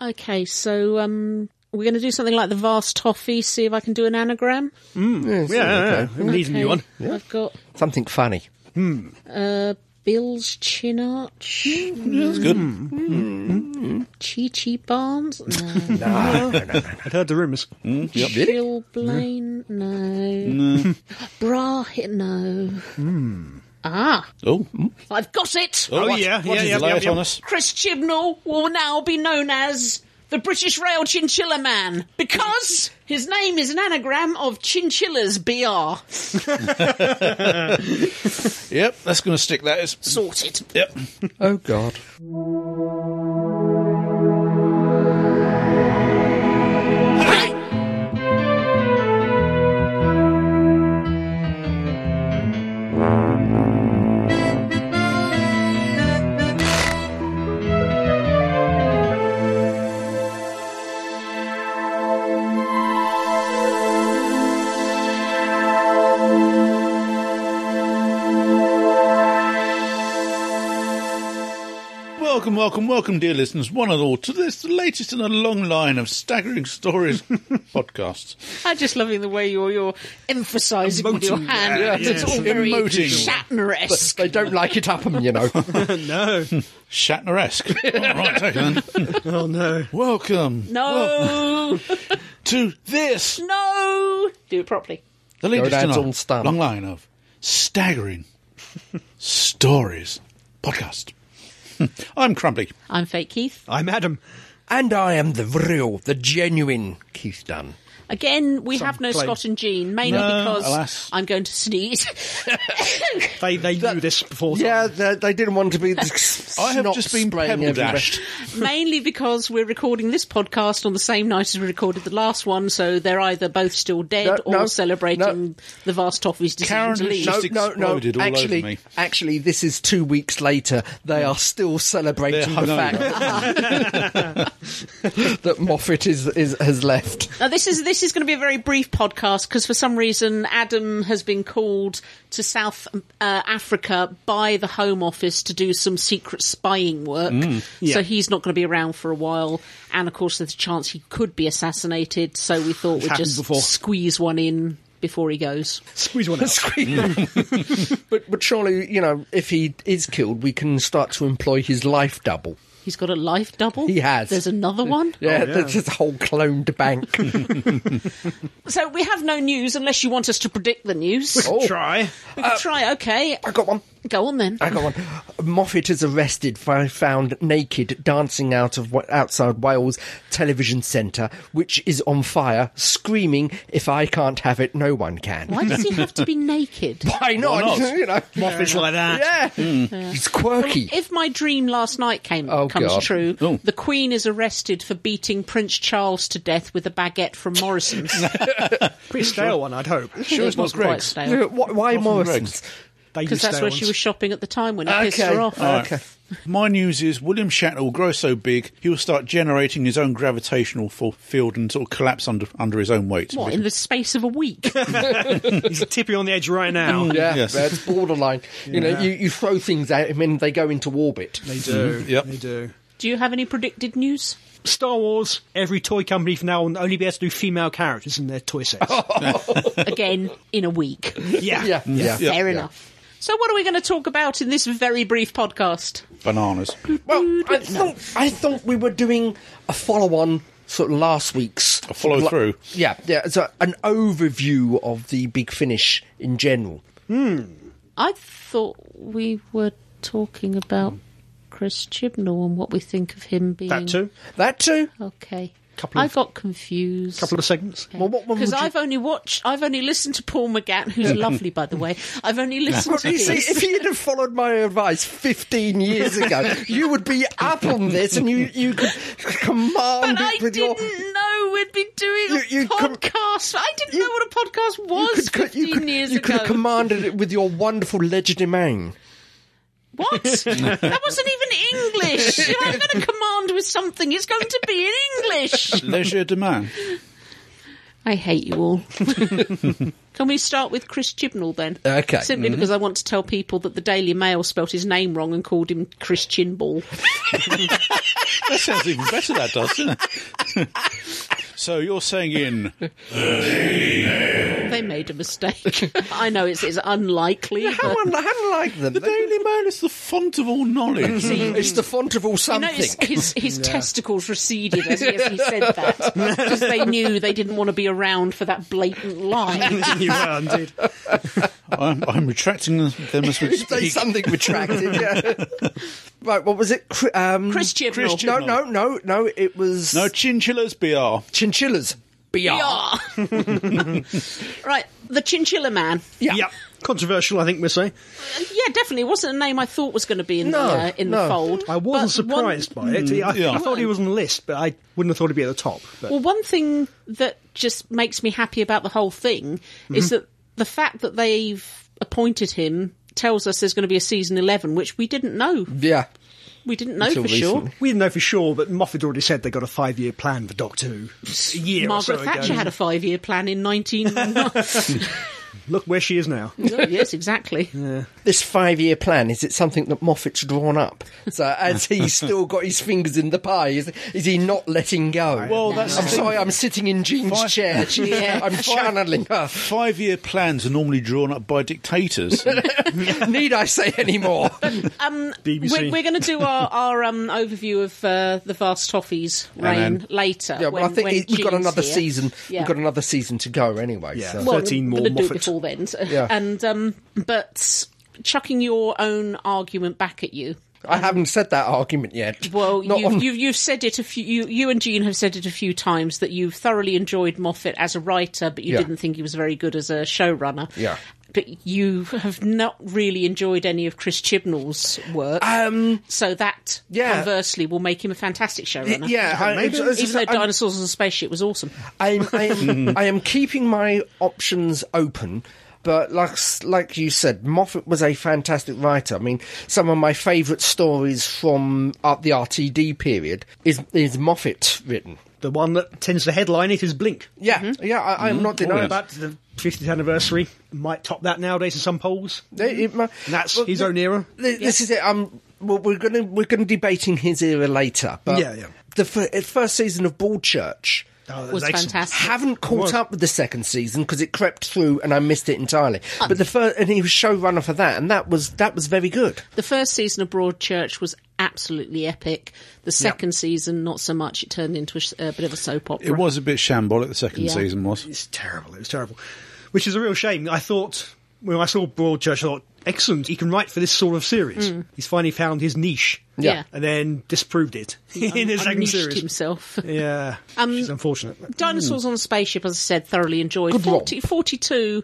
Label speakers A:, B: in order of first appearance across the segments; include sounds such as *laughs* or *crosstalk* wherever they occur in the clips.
A: Okay, so um, we're going to do something like the vast toffee. See if I can do an anagram.
B: Yes,
C: Yeah,
B: okay.
C: yeah, yeah. Needs
D: Mm,
C: a new
A: Okay,
C: one.
A: I've got
B: Something funny.
A: uh, Bill's chin arch,
D: Mm, That's good.
A: Mm. Chi Chi Barnes,
D: *laughs*
A: no.
C: I'd heard the rumours.
A: Jill Blaine, no. *laughs* Bra hit, no. Ah,
D: Mm. Oh,
A: I've got it.
D: oh
C: what- yeah,
D: what
C: yeah,
D: is
C: yeah,
D: the light
C: yeah, yeah.
D: on us?
A: Chris Chibnall will now be known as the British Rail Chinchilla Man because his name is an anagram of Chinchillas BR.
D: Yep, that's going to stick. That is.
A: Sorted.
D: Yep.
B: Oh, God.
A: *coughs*
D: Welcome, welcome, welcome, dear listeners, one and all, to this, the latest in a long line of
B: *laughs*
D: staggering stories podcasts.
A: I'm just loving the way you're you're emphasising with your
C: Emoting,
A: hand.
C: yeah,
A: it's
C: yeah.
A: all very
D: Emoting.
A: Shatner-esque.
B: They don't like it up 'em, you *laughs* know.
C: *laughs* No.
D: Shatner-esque. *laughs* All right, okay
B: *laughs*
D: then.
C: Oh, no.
D: Welcome. wel-
A: No,
D: to this,
A: *laughs* no. Do it properly.
D: the latest in
B: dad's
D: a
B: on stun.
D: long line of staggering stories podcast. *laughs* I'm Crumbly.
A: I'm Fake Keith.
C: I'm Adam.
B: and I am the real, the genuine Keith Dunn.
A: Again, we have no
C: place.
A: Scott and Jean, mainly
D: No,
A: because
D: alas.
A: I'm going to sneeze. *laughs*
C: They, they knew this before.
B: Yeah, they, they didn't want to *laughs* be.
D: I have just been pebble dashed.
A: mainly because we're recording this podcast on the same night as we recorded the last one, so they're either both still dead
B: No,
A: or
B: no,
A: celebrating
B: no.
A: the vast Toffee's decision
D: Karen
A: to
D: has
A: leave.
D: just
B: No, no, no.
D: exploded all over
B: Actually,
D: me.
B: actually, this is two weeks later. They are still celebrating
D: They're
B: the fact *laughs* that Moffat is, is has left. *laughs*
A: Now this is this is going to be a very brief podcast because for some reason Adam has been called to South uh, Africa by the Home Office to do some secret spying work.
B: Mm,
A: So he's not going to be around for a while, and of course there's a chance he could be assassinated. So we thought we'd
C: happened
A: just
C: before.
A: squeeze one in before he goes.
C: Squeeze one out.
B: but but surely you know if he is killed, we can start to employ his life double.
A: He's got a life double.
B: He has.
A: There's another one.
B: Yeah,
C: yeah.
B: that's his whole cloned bank.
A: So we have no news unless you want us to predict the news.
B: Oh.
C: *laughs* Try.
A: We could try. Okay,
B: I got one.
A: go on then.
B: I got one. Moffat is arrested for found naked dancing out of Wa- outside Wales television centre, which is on fire, screaming, "If I can't have it, no one can."
A: Why does he have to be naked?
B: *laughs* Why not?
D: Why not?
B: *laughs* you know,
C: Moffitt's like that.
B: yeah, it's quirky.
A: If my dream last night came
B: Oh,
A: comes
B: God.
A: true,
D: Oh.
A: the Queen is arrested for beating Prince Charles to death with a baguette from Morrison's.
C: Pretty stale one, I'd hope.
D: Sure,
A: It
D: it's not
A: was quite
D: Greg's.
A: stale
B: Yeah,
A: *laughs*
B: wh- Why Morrison's?
C: They
A: because
C: use
A: that's
C: stale
A: where
C: ones.
A: she was shopping at the time when it pissed
B: Okay.
A: her off.
D: All right.
B: Okay.
D: My news is William Shatner will grow so big he will start generating his own gravitational fo- field and sort of collapse under under his own weight.
A: What in the space of a week?
C: He's tippy on the edge right now.
B: Yeah,
D: Yes.
B: that's borderline. You know, you, you throw things at him and they go into orbit.
C: They do.
D: Yep.
C: They do.
A: Do you have any predicted news?
C: Star Wars, every toy company from now on only be able to do female characters in their toy sets.
A: Again in a week.
C: yeah.
B: Yeah, yeah.
A: Fair
B: yeah.
A: enough. So, what are we going to talk about in this very brief podcast?
D: Bananas.
B: Well, I thought I thought we were doing a follow-on sort of last week's a
D: follow-through.
B: yeah, yeah. So an overview of the Big Finish in general.
A: I thought we were talking about Chris Chibnall and what we think of him being.
C: That too.
B: That too.
A: Okay.
C: Couple
A: I
C: of-
A: got confused.
C: Couple of segments.
B: Well, what one
A: Because
B: would you-
A: I've only watched, I've only listened to Paul McGann, who's lovely, by the way. I've only listened to
B: You see,
A: his.
B: if you'd have followed my advice 15
A: *laughs*
B: years ago, you would be up on this and you, you could command
A: But
B: it
A: I
B: with
A: didn't
B: your.
A: know we'd be doing
B: You- you
A: a
B: com-
A: podcast. I didn't
B: you-
A: know what a podcast was
B: you could,
A: 15
B: you could,
A: years
B: you could
A: ago.
B: have commanded it with your wonderful legerdemain. *laughs*
A: what? that wasn't even English. If I'm going to command with something, it's going to be in English.
D: Leisure demand.
B: *laughs*
A: I hate you all. Can we start with Chris Chibnall then?
B: Okay. Mm-hmm.
A: Simply because I want to tell people that the Daily Mail spelt his name wrong and called him Chris Chinball.
D: That sounds even better, that does, doesn't it? *laughs* so you're saying in.
A: they made a mistake. *laughs* I know it's, it's unlikely.
B: How,
A: but-
B: un- how do you like them?
D: The Daily Mail is the font of all
B: *laughs*
D: knowledge.
B: it's the font of all
A: You
B: something.
A: notice his, his testicles receded as he, as he said that because they knew they didn't want to be around for that blatant
C: *laughs*
A: lie.
C: you are indeed.
D: *laughs* I'm, I'm retracting them them *laughs* as we
B: Say
D: speak.
B: something retracted.
D: *laughs*
B: Yeah. right. What was it? Cri- Um,
A: Chris Chibnall.
D: Chris Chibnall.
B: No, no, no, no. It was
D: No, chinchillas BR.
B: chinchillas.
A: *laughs*
B: Br.
A: Yeah. right, the Chinchilla Man.
B: Yeah.
C: Yeah. Controversial, I think we'll say.
A: Yeah, definitely. It wasn't a name I thought was going to be in
B: No,
A: the uh, in
B: no.
A: the fold.
C: I wasn't
A: But one-
C: surprised by it. I,
D: yeah.
C: I thought he was on the list, but I wouldn't have thought he'd be at the top. But.
A: Well, one thing that just makes me happy about the whole thing is that the fact that they've appointed him tells us there's going to be a season 11, which we didn't know.
B: Yeah.
A: We didn't know
B: Until
A: Oh, for sure.
B: recently.
C: we didn't know for sure, but Moffat already said they got a five-year plan for Doctor Who. A year
A: Margaret
C: or so
A: Thatcher
C: ago.
A: had a five year plan in 19.
C: Look where she is now.
A: yes, exactly.
B: This five-year plan is it something that Moffat's drawn up? So as
D: *laughs*
B: he's still got his fingers in the pie, is, is he not letting go?
D: Well, that's
B: I'm
D: the thing.
B: sorry, I'm sitting in Jean's
D: Five- *laughs*
B: chair. *laughs* I'm channeling her.
D: Five year plans are normally drawn up by *laughs* dictators.
B: Need I say any
D: *laughs*
B: more?
A: Um,
C: BBC.
A: We're, we're going to do our, our um, overview of uh, the vast toffees reign
D: then-
A: later.
B: Yeah, well,
A: when-
B: I think
A: when
B: it- we've got
A: Jean's
B: another
A: here.
B: season.
A: Yeah.
B: We've got another season to go anyway.
C: Yeah.
B: So.
C: Well, 13 more
A: we're gonna do
C: Moffat.
A: it before then. so-
B: Yeah.
A: And um, but chucking your own argument back at you.
B: I haven't said that argument yet.
A: Well,
B: Not
A: you've,
B: on-
A: you've, you've said it a few. You, you and Jean have said it a few times that you've thoroughly enjoyed Moffat as a writer, but you
B: Yeah.
A: didn't think he was very good as a showrunner.
B: Yeah.
A: But you have not really enjoyed any of Chris Chibnall's work. Um, so that,
B: yeah.
A: conversely, will make him a fantastic showrunner.
B: yeah, I, it's- it's-
A: Even though
B: I'm-
A: Dinosaurs and Spaceship was awesome.
C: *laughs*
B: I'm, I
C: Mm-hmm.
B: am, I am keeping my options open. But like like you said, Moffat was a fantastic writer. I mean, some of my favourite stories from uh, the RTD period is is Moffat written.
C: The one that tends to headline it is Blink.
B: Yeah,
A: Mm-hmm.
B: yeah, I,
C: Mm-hmm.
B: I'm not denying that.
C: But the 50th anniversary might top that nowadays in some polls.
B: It- it mu-
C: That's
B: well,
C: his Oh,
B: thi-
C: own era.
B: thi- This is it. Um, well, we're gonna we're gonna debating his era later. But
C: Yeah, yeah.
B: The f- first season of Broadchurch.
C: Oh, that
A: Was
C: excellent.
A: fantastic.
B: haven't caught up with the second season because it crept through and I missed it entirely. But the first, and he was showrunner for that, and that was that was very good.
A: The first season of Broadchurch was absolutely epic. The second season, not so much. It turned into a, s- a bit of a soap opera.
D: it was a bit shambolic, the second
A: Yeah.
D: season was.
C: It's terrible. It was terrible. Which is a real shame. I thought, when I saw Broadchurch, I thought, excellent, he can write for this sort of series.
A: Mm.
C: He's finally found his niche.
A: Yeah. Yeah.
C: And then disproved it *laughs* in his second
A: Unleashed
C: series.
A: himself. Um,
C: Yeah. which is unfortunate.
D: Hmm.
A: Dinosaurs on a Spaceship, as I said, thoroughly enjoyed.
B: Good
A: 40, 42,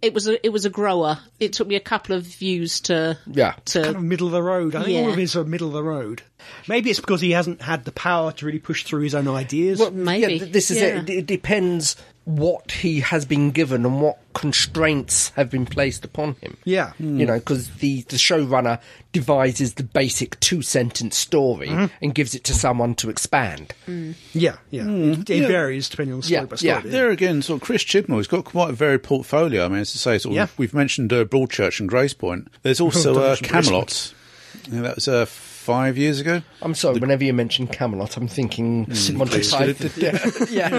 A: it was a it was a grower. It took me a couple of views to
B: Yeah.
C: Kind of
A: to
C: middle of the road. I think all
A: Yeah.
C: of his are middle of the road. Maybe it's because he hasn't had the power to really push through his own ideas.
A: maybe.
B: Yeah, th- this is
A: Yeah.
B: it. It depends what he has been given and what constraints have been placed upon him.
C: Yeah.
B: you know, because the the showrunner devises the basic two sentence story and gives it to someone to expand.
A: Mm.
C: yeah, yeah. It, it varies depending on story
B: Yeah,
C: by story.
B: yeah.
D: There again, sort of Chris Chibnall, he's got quite a varied portfolio. I mean, as I say, sort of,
C: Yeah.
D: we've mentioned uh, Broadchurch and Grace Point. *laughs* There's also
C: don't
D: uh,
C: mention Grace
D: Camelot. I think that was uh, five years ago.
B: I'm sorry. whenever you mention Camelot, I'm thinking Monty Python.
D: yeah,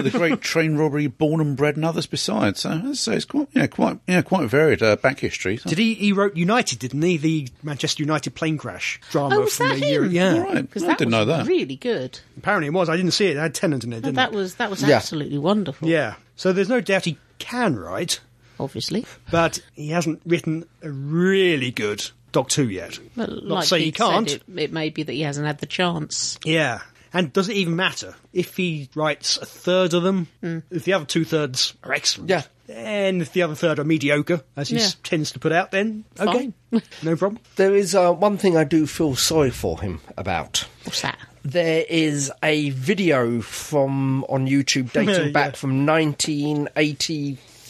A: *laughs*
D: *laughs* the great train robbery, born and bred, and others besides. So, as I say, it's quite, yeah, quite, yeah, quite varied uh, back history. So,
C: Did he? He wrote United, didn't he? The Manchester United plane crash drama
A: Oh, was
C: from
A: that
C: a year.
A: him?
C: Yeah,
D: all right,
A: because
D: I
A: that
D: didn't
A: was
D: know that.
A: really good.
C: apparently it was. I didn't see it. It had Tennant in it, didn't
A: Oh, That
C: it?
A: was that was
B: Yeah.
A: absolutely wonderful.
C: Yeah. So there's no doubt he can write,
A: obviously.
C: but he hasn't written a really good Doctor Who yet.
A: Well,
C: Not
A: like
C: to say he
A: Pete
C: can't.
A: Said, it, it may be that he hasn't had the chance.
C: Yeah. And does it even matter if he writes a third of them? If the other two thirds are
B: Hmm.
C: excellent,
B: Yeah.
C: And if the other third are mediocre, as he
A: Yeah.
C: s- tends to put out, then okay, no problem.
D: *laughs*
B: There is uh, one thing I do feel sorry for him about.
A: What's that?
B: there is
C: *laughs*
B: a video from on YouTube dating
C: Yeah.
B: back from 1983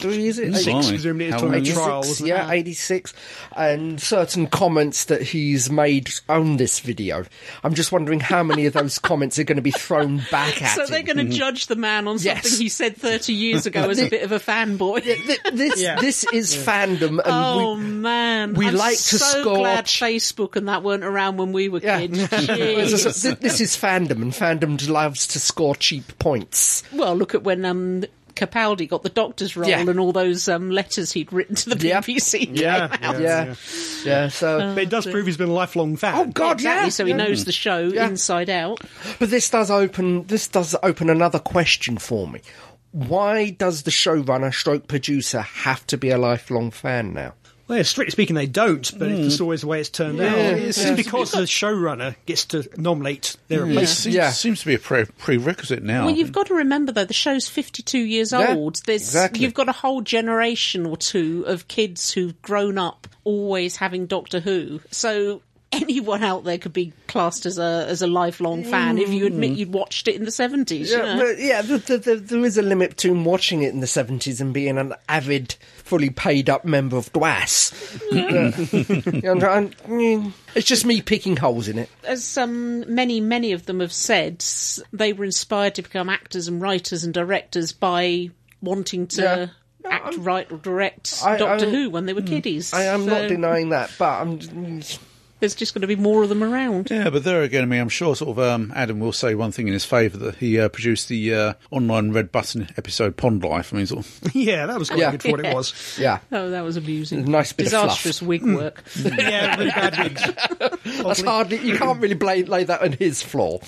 B: 83, is it?
C: Six,
D: Blimey.
C: presumably, at the
D: How
C: time of
D: old
C: the
D: is
C: trial,
B: 86,
C: wasn't it?
B: yeah, 86, and certain comments that he's made on this video. I'm just wondering how many of
C: *laughs*
B: those comments are going to be thrown back at
A: So
B: him.
A: they're going to
D: Mm-hmm.
A: judge the man on
B: Yes.
A: something he said 30 years ago as a bit of a
B: *laughs*
A: fanboy.
B: Th- this
C: *laughs* Yeah.
B: this is fandom, and
A: Oh
B: we,
A: man,
B: we
A: I'm
B: like to
A: so
B: score-
A: glad Facebook and that weren't around when we were
B: Yeah. *laughs*
A: kids.
B: this,
A: Jeez.
B: is, this is fandom, and fandom loves to score cheap points.
A: well, look at when um, Capaldi got the doctor's role
B: Yeah.
A: and all those um, letters he'd written to the
B: Yeah.
A: BBC.
C: Yeah, yeah,
B: yeah,
C: yeah. Uh,
B: yeah. so,
C: But it does prove he's been a lifelong fan.
B: oh god,
A: exactly.
B: yeah.
A: So he knows the show
B: Yeah.
A: inside out.
B: But this does open this does open another question for me. Why does the showrunner, stroke producer, have to be a lifelong fan now?
C: Well, yeah, strictly speaking, they don't, but it's
D: Hmm.
C: just always the way it's turned out.
D: it
C: It's
D: seems
C: because the showrunner gets to nominate their
B: Hmm.
D: It
C: replacement.
D: seems,
B: Yeah.
D: seems to be a pre- prerequisite now.
A: Well, you've got to remember though, the show's fifty-two years
B: Oh. Yeah,
A: old. There's
B: exactly.
A: you've got a whole generation or two of kids who've grown up always having Doctor Who. So anyone out there could be classed as a as a lifelong fan if you admit you'd watched it in the seventies.
B: Mm. Yeah, but yeah th th th there is a limit to watching it in the 70s and being an avid, fully paid up member of DWAS. Yeah, *laughs* and- and, mm, it's just me picking holes in it.
A: as um, many, many of them have said, s- they were inspired to become actors and writers and directors by wanting to
B: Yeah.
A: act, write, or direct
B: I-
A: Doctor
B: I'm-
A: Who when they were kiddies.
B: I am not
A: So
B: denying that, but I'm.
A: There's just going to be more of them around.
D: Yeah, but there again, I mean, I'm sure sort of um, Adam will say one thing in his favour that he uh, produced the uh, online Red Button episode Pond Life. I mean,
A: *laughs*
D: sort
C: *laughs*
D: of,
C: Yeah, that was quite
B: Yeah.
C: good for what it
B: *laughs*
C: was.
B: Yeah.
A: Oh, that was amusing.
B: Nice bit of fluff.
A: Disastrous wig work.
C: yeah, really bad
B: *laughs*
C: wigs.
B: That's hardly. You can't really blame, lay that on his floor.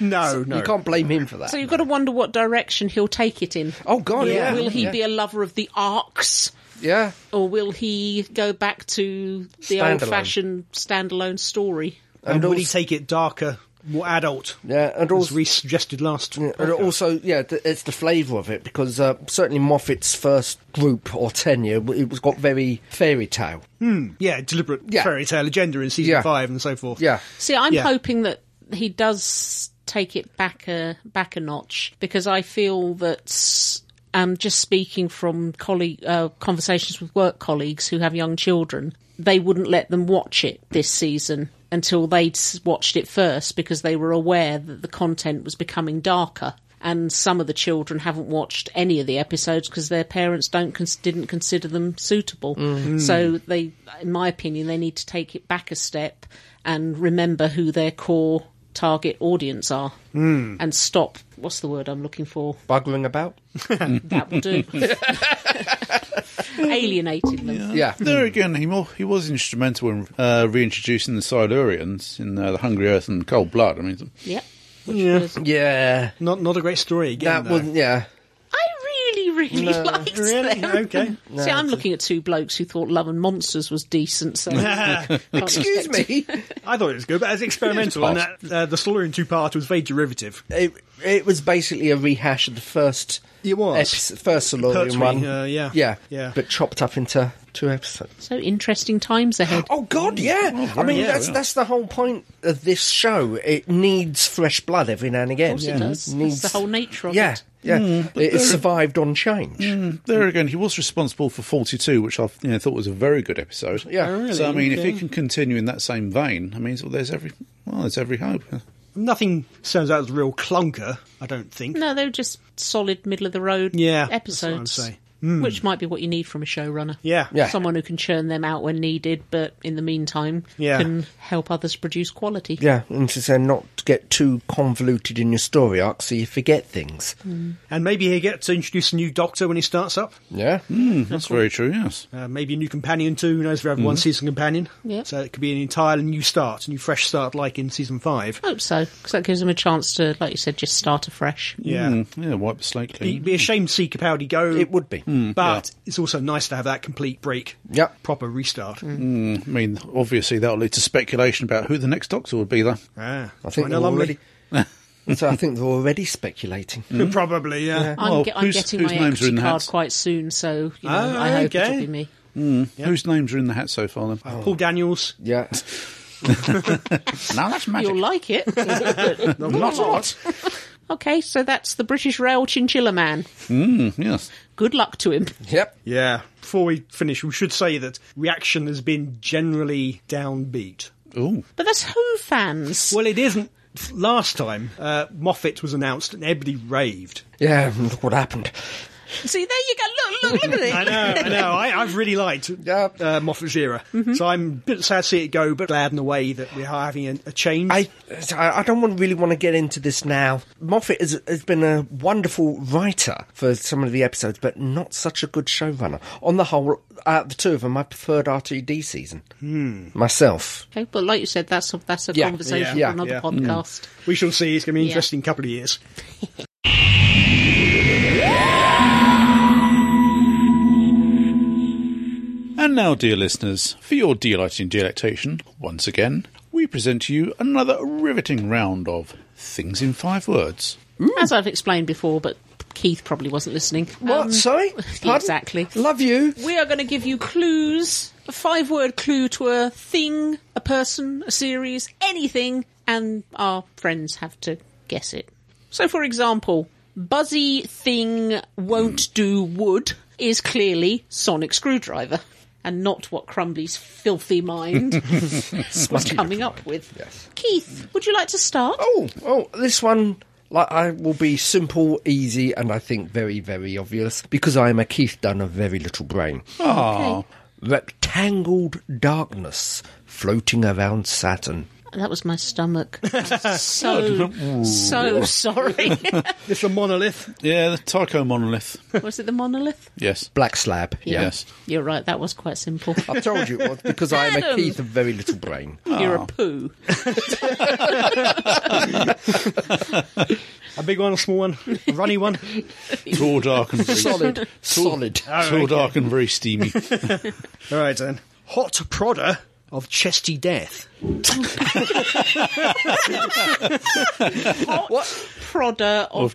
C: No, no.
B: You can't blame him for that.
A: so you've got to wonder what direction he'll take it in.
B: oh, God, yeah.
A: Will he
B: yeah.
A: be a lover of the arcs?
B: Yeah.
A: Or will he go back to the
B: Standalone.
A: old fashioned standalone story?
C: And
B: also-
C: will he take it darker, more adult?
B: Yeah, and also.
C: As Reese suggested last.
B: And also, yeah, th- it's the flavour of it because uh, certainly Moffat's first group or tenure, w- it was got very fairy tale.
C: yeah, deliberate
B: Yeah.
C: fairy tale agenda in season
B: Yeah.
C: five and so forth.
B: Yeah,
A: See, I'm
C: Yeah.
A: hoping that he does take it back a back a notch because I feel that. Um, just speaking from colleague uh, conversations with work colleagues who have young children, they wouldn't let them watch it this season until they'd s- watched it first because they were aware that the content was becoming darker. And some of the children haven't watched any of the episodes because their parents don't cons- didn't consider them suitable. So they, in my opinion, they need to take it back a step and remember who their core target audience are
B: Hmm.
A: and stop what's the word i'm looking for
B: buggering about.
A: that will
B: *laughs*
A: do alienating them
B: Yeah,
D: *laughs* there again, he more, he was instrumental in uh, reintroducing the Silurians in uh, the Hungry Earth and Cold Blood. I mean,
A: yep which
C: Yeah.
A: was
B: yeah,
C: Not not a great story again.
B: that
C: though.
B: wasn't. Yeah,
A: i really really liked
C: Really?
A: them
C: Okay.
A: *laughs* see i'm looking at two blokes who thought love and monsters was decent
B: *laughs*
A: so
B: excuse me.
C: I thought it was good, but as experimental, and that, uh, the story in two part was very derivative.
B: *laughs* it it was basically a rehash of the first.
C: It was.
B: episode, first Solarium
C: Pertwee,
B: one.
C: uh, yeah.
B: yeah,
C: Yeah.
B: but chopped up into two episodes.
A: so interesting times ahead
B: Oh God, yeah. I mean,
D: Mm. yeah,
B: that's
D: yeah.
B: that's the whole point of this show. It needs fresh blood every now and again.
A: course it does.
B: Needs
A: That's the whole nature of
B: yeah,
A: it.
B: Yeah,
D: Mm.
B: it, it survived on change.
D: there again, he was responsible for 42, which I you know, thought was a very good episode.
B: Yeah. Oh, really?
D: So I mean, if
C: Okay.
D: he can continue in that same vein, I mean, so there's every well, there's every hope.
C: Nothing stands out as a real clunker, I don't think.
A: no they're just solid middle of the road
C: Yeah, that's what I'd
A: episodes
C: say. Hmm.
A: Which might be what you need from a showrunner.
C: Yeah.
B: Yeah.
A: Someone who can churn them out when needed, but in the meantime,
C: Yeah.
A: can help others produce quality.
B: Yeah, and to say not to get too convoluted in your story arc, so you forget things.
D: Mm.
C: And maybe he gets to introduce a new doctor when he starts up.
B: Yeah,
D: That's very true. Yes.
C: Uh, maybe a new companion too. Who knows? We have
B: Mm-hmm.
C: one season companion.
A: Yeah.
C: So it could be an entirely new start, a new fresh start, like in season five.
A: Hope so, because that gives them a chance to, like you said, just start afresh.
C: Yeah.
D: Mm, yeah. Wipe the slate
C: Be,
D: clean.
C: be ashamed to see Capaldi go.
B: it would be.
D: Mm.
C: But it's also nice to have that complete break.
B: Mm, Yep. Mm.
C: Proper restart.
D: I mean, obviously that'll lead to speculation about who the next Doctor would be, though.
C: Ah,
B: I think
C: Join
B: they're
C: alumni.
B: already.
D: *laughs*
B: so I think they're already speculating.
C: *laughs* Probably, yeah.
A: I'm,
D: Oh,
A: ge- I'm
D: whose-
A: getting
D: whose
A: my
D: names are in
A: extra
D: the
A: card
D: hats?
A: quite soon, so you know,
C: Ah,
A: I hope
C: okay.
A: it'll be me.
D: Whose names are in the hat so far? Then.
C: Uh, Paul Daniels.
D: *laughs*
B: Yeah,
D: Now that's
C: *laughs*
D: magic.
A: You'll like it. But
D: Not a lot.
A: Okay, so that's the British Rail Chinchilla Man.
D: Mm, yes.
A: Good luck to him.
B: Yep.
C: Yeah. Before we finish, we should say that reaction has been generally downbeat.
D: Ooh.
A: But that's Who fans.
C: Well, it isn't. Last time, uh, Moffat was announced and everybody raved.
B: Yeah, look what happened.
A: See, there you go. Look, look, look at it.
C: *laughs* *laughs* I know, I know. I, I've really liked
B: Yeah.
C: uh, Moffat's era. So I'm a bit sad to see it go, but glad in a way that we are having a, a change.
B: I, I I don't want, really want to get into this now. Moffat has, has been a wonderful writer for some of the episodes, but not such a good showrunner. On the whole, out of the two of them, I preferred RTD season myself.
A: Okay, but like you said, that's a, that's a
B: Yeah,
A: conversation
B: yeah,
A: for another
C: yeah.
A: podcast.
C: we shall see. It's going to be an
A: Yeah.
C: interesting couple of years.
D: And now, dear listeners, for your delight and delectation, once again, we present to you another riveting round of Things in Five Words.
B: Mm.
A: As I've explained before, but Keith probably wasn't listening.
B: What?
A: Um, *laughs*
B: Sorry? Pardon?
A: Exactly.
B: Love you.
A: We are going to give you clues, a five word clue to a thing, a person, a series, anything, and our friends have to guess it. So, for example, Buzzy Thing Won't Do Wood is clearly Sonic Screwdriver. And not what Crumbly's filthy
B: *laughs*
A: mind was coming up with. Keith, would you like to start?
B: Oh, oh, this one. Like I will be simple, easy, and I think very, very obvious because I am a Keith Dunn of very little brain.
D: Ah,
B: Rectangled darkness floating around Saturn.
A: That was my stomach. So, so sorry.
C: Little monolith.
D: yeah, the Tycho
A: *laughs*
D: monolith.
A: was it the monolith?
D: Yes.
B: Black slab. Yeah.
D: Yes.
A: You're right, that was quite simple.
B: I told you it was because I am a
A: Adam.
B: Keith of very
A: *laughs*
B: little brain.
A: You're a poo.
C: A big one, a small one, a runny one.
D: It's all
A: *laughs*
D: dark and very
B: Solid, solid.
D: It's all dark and very steamy.
C: *laughs*
D: *laughs*
C: All right, then. Hot prodder of chesty death.
B: What?
A: Prodder of,
D: Of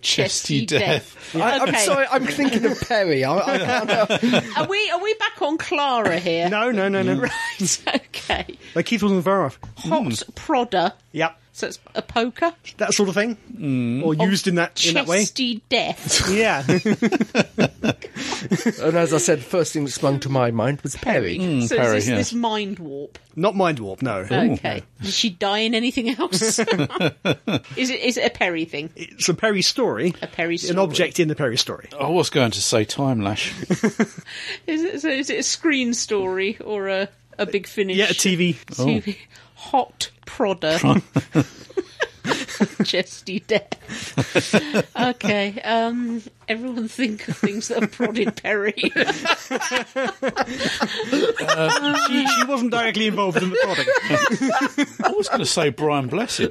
A: chesty
D: chesty
A: death.
B: I, I'm
A: Okay.
B: sorry, I'm thinking of Perry. I, I can't help.
A: Are we are we back on Clara here? *laughs*
C: No, no, no, no.
A: Right, okay.
C: Like Keith wasn't far off.
A: Hot prodder.
C: Yep. Mm. Oh,
A: So it's a poker.
C: That sort of thing. Or used in that in that way.
A: Chesty death.
C: *laughs* Yeah.
B: *laughs* And as I said, first thing that sprung to my mind was Perry.
A: so
D: Perry,
A: is this,
D: yes.
A: this mind warp?
C: *laughs* Not mind warp, no.
A: Okay. Did she die in anything else? *laughs* is it is it a Perry thing?
C: It's a Perry story.
A: A Perry story.
C: An object in the Perry story.
D: I was going to say time lash.
A: Is it so is it a screen story or a, a big finish?
C: Yeah, a TV.
A: TV. Hot prodder. *laughs* Chesty death. okay, um, everyone think of things that are prodded Perry.
C: She, she wasn't directly involved in the *laughs* product.
D: I was going to say Brian Blessed.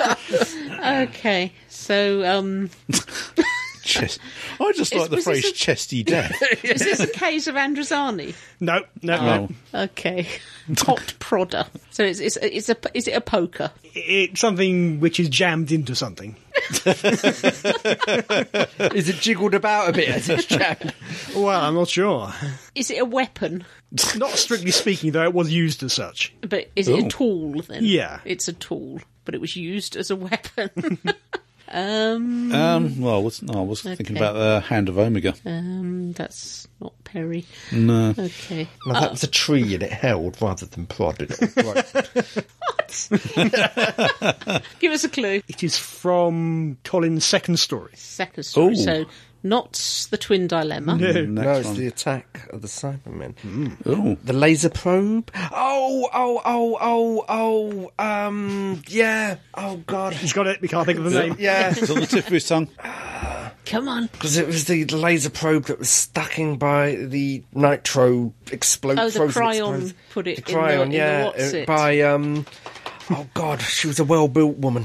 D: But
A: okay, so um,
D: *laughs* chest. I just
A: Is-
D: like the
A: was this
D: phrase
A: a- *laughs*
D: chesty death.
A: is this a case of Androzani?
C: No, no, no.
D: Oh.
A: Okay, hot prodder. So it's, it's, it's a is it a poker?
C: It's something which is jammed into something.
B: Is it jiggled about a bit as it's *laughs* jammed?
C: Well, I'm not sure.
A: Is it a weapon?
C: *laughs* Not strictly speaking, though, it was used as such.
A: But is it a
D: Ooh.
A: tool then?
C: Yeah.
A: it's a tool, but it was used as a weapon. um,
D: Um, well, I was, no, I was
A: Okay.
D: thinking about the hand of Omega.
A: um, that's not Perry.
D: No.
A: Okay.
B: No, that was a tree and it held rather than prodded.
A: Give us a clue.
C: It is from Colin's second story.
A: Second story.
D: Ooh.
A: So not the twin dilemma.
B: no,
D: Next
B: it's the attack of the Cybermen.
D: Ooh.
B: The laser probe. Oh, oh, oh, oh, oh. Um, yeah. Oh *laughs* God.
C: He's got it. We can't think of the name.
B: Yeah,
D: It's on the tip of his tongue.
A: Come on.
B: because it was the laser probe that was stuck in by the nitro explode.
A: Oh, the
B: frozen
A: cryon
B: explode.
A: put it
B: The
A: in the-
B: cryon,
A: in the
B: yeah,
A: what's
B: uh,
A: it?
B: by um. Oh God, she was a well-built woman.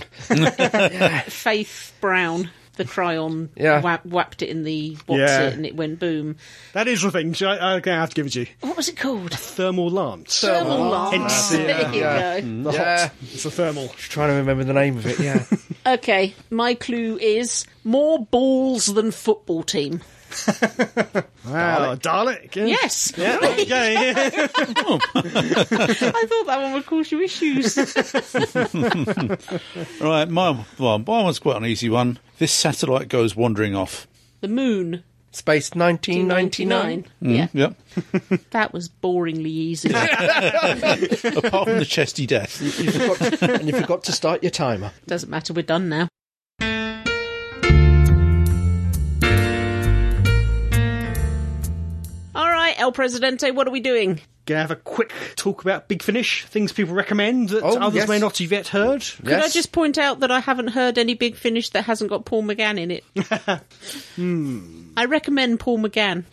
A: Faith Brown, the cryon,
B: Yeah.
A: wha- whacked it in the what's
C: Yeah.
A: it, and it went boom.
C: That is the thing. So I, I I have to give it to you.
A: What was it called?
C: Thermal lance.
A: Thermal
C: Hence
A: lance. *laughs*
C: the,
A: There
C: uh,
A: you
B: yeah.
A: go.
C: the
B: Yeah.
C: hot. It's a thermal.
B: Trying to remember the name of it. Yeah.
A: Okay, my clue is more balls than football team. *laughs*
C: Wow, Ah, Dalek. yeah.
A: Yes.
C: Yeah, okay, yeah. *laughs*
A: I thought that one would cause you issues. *laughs*
D: Right, my, well, my one's quite an easy one. This satellite goes wandering off.
A: the moon.
B: Space 1999.
A: *laughs* 1999. Yeah.
D: Yep.
A: That was boringly
B: *laughs*
A: easy.
D: Apart from the chesty
A: *laughs*
D: death.
B: You forgot to- and you forgot to start your timer.
A: Doesn't matter, we're done now. All right, El Presidente, what are we doing?
C: Gonna have a quick talk about Big Finish, things people recommend that
B: Oh,
C: others
B: yes.
C: may not have yet heard.
A: Could
B: yes.
A: I just point out that I haven't heard any big finish that hasn't got Paul McGann in
B: *laughs*
A: it? Hmm. I recommend Paul
B: *laughs*
A: McGann.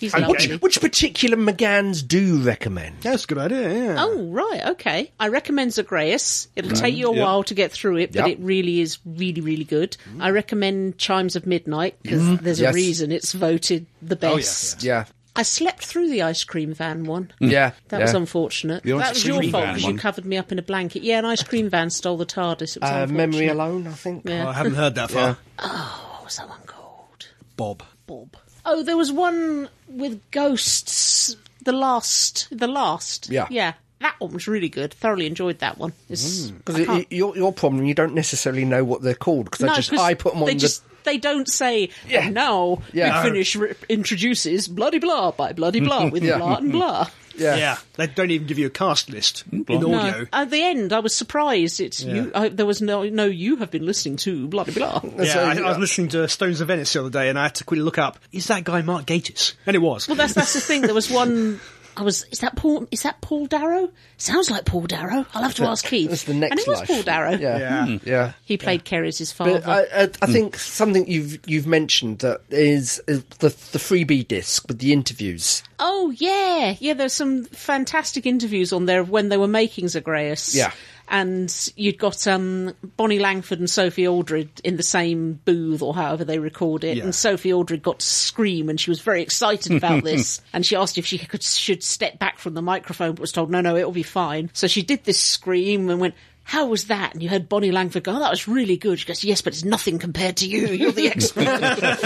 A: He's
B: Which,
A: lovely.
B: which particular McGanns do you recommend?
C: That's a good idea, yeah.
A: Oh, right, okay. I recommend Zagreus. It'll take you a
D: Yep.
A: while to get through it, but
B: Mm, Yep. Mm.
A: it really is really, really good. I recommend Chimes of Midnight because there's
B: Yes. Oh,
A: a reason it's voted the
C: yeah,
A: best.
B: Yeah.
A: I slept through the ice cream van one.
B: Yeah.
A: That
B: Mm. yeah.
A: was unfortunate.
D: ice
A: That was your
D: cream
A: fault
D: van
A: because you
D: one.
A: covered me up in a blanket. Yeah, an ice cream van stole the TARDIS. It was
B: uh,
A: unfortunate.
B: Memory Alone, I think.
A: Yeah.
C: I haven't heard that far.
A: What was that one called?
C: Bob.
A: Bob. Oh, there was one with ghosts. The last. The last.
B: Yeah.
A: Yeah. That one was really good. Thoroughly enjoyed that one. It's, I
B: Because
A: can't-
B: your, your problem, you don't necessarily know what they're called because I just
A: 'cause
B: I put them on
A: they
B: the
A: just they don't say
B: Yeah.
A: and now
B: Yeah.
A: Big Finish re- introduces bloody blah by bloody blah with
B: *laughs* Yeah.
A: blah and blah.
B: yeah.
C: Yeah. they don't even give you a cast list in
D: blimey.
C: audio.
A: At the end, I was surprised. It's you. I, there was no no. You have been listening to bloody blah.
C: Yeah,
B: So,
C: I, I
B: yeah.
C: was listening to Stones of Venice the other day, and I had to quickly look up: is that guy Mark Gatiss? And it
A: *laughs*
C: was.
A: Well, that's that's the thing. There was one. I was. Is that Paul? Is that Paul Darrow? Sounds like Paul Darrow. I'll have to ask Keith.
B: That's the next
A: and it was
B: life.
A: Paul Darrow.
B: Yeah.
C: Yeah.
B: Yeah. yeah.
A: He played Kerry as his father.
B: But uh, I, I, I
C: hmm.
B: think something you've you've mentioned that is, is the the freebie disc with the interviews.
A: Oh yeah, yeah. There's some fantastic interviews on there of when they were making Zagreus.
B: Yeah.
A: and you'd got um, Bonnie Langford and Sophie Aldred in the same booth or however they record it,
C: Yeah.
A: and Sophie Aldred got to scream and she was very excited about this, and she asked if she could should step back from the microphone, but was told no, no, it'll be fine. So she did this scream and went. How was that? And you heard Bonnie Langford go, oh, that was really good. She goes, yes, but it's nothing compared to you. You're the expert.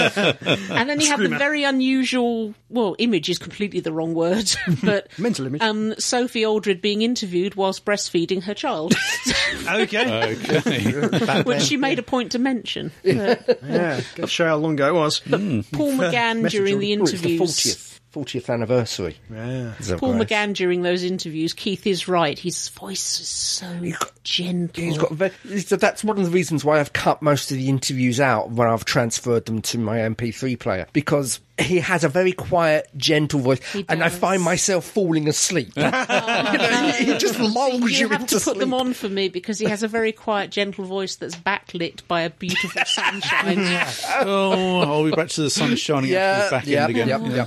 A: And then you have the very unusual, well, image is completely the wrong word, *laughs*
B: *laughs*
A: but
C: Mental image.
A: Um, Sophie Aldred being interviewed whilst breastfeeding her child,
B: *laughs*
A: *laughs*
D: Uh,
C: Okay,
D: *laughs* Okay.
A: which she made a point to mention.
C: yeah, gotta show how long ago it was.
A: Paul McGann
C: message
A: during
C: on-
A: the
B: Oh, it's the
A: interviews.
B: fortieth fortieth anniversary.
C: Yeah.
B: of
A: Paul
B: Grace.
A: McGann during those interviews. Keith is right. His voice is so gentle.
B: He's got. *laughs* Very, so that's one of the reasons why I've cut most of the interviews out when I've transferred them to my MP3 player because he has a very quiet, gentle voice, and I
A: does.
B: find myself falling
A: *laughs*
B: asleep. You know, he he just lulls you,
A: you have
B: into
A: to put
B: sleep.
A: them on for me because he has a very quiet, gentle voice that's backlit by a
B: *laughs*
A: beautiful sunshine.
D: oh, are we back to the sun shining out
B: Yeah,
D: the back
B: yeah,
D: end again?
B: yeah, yeah.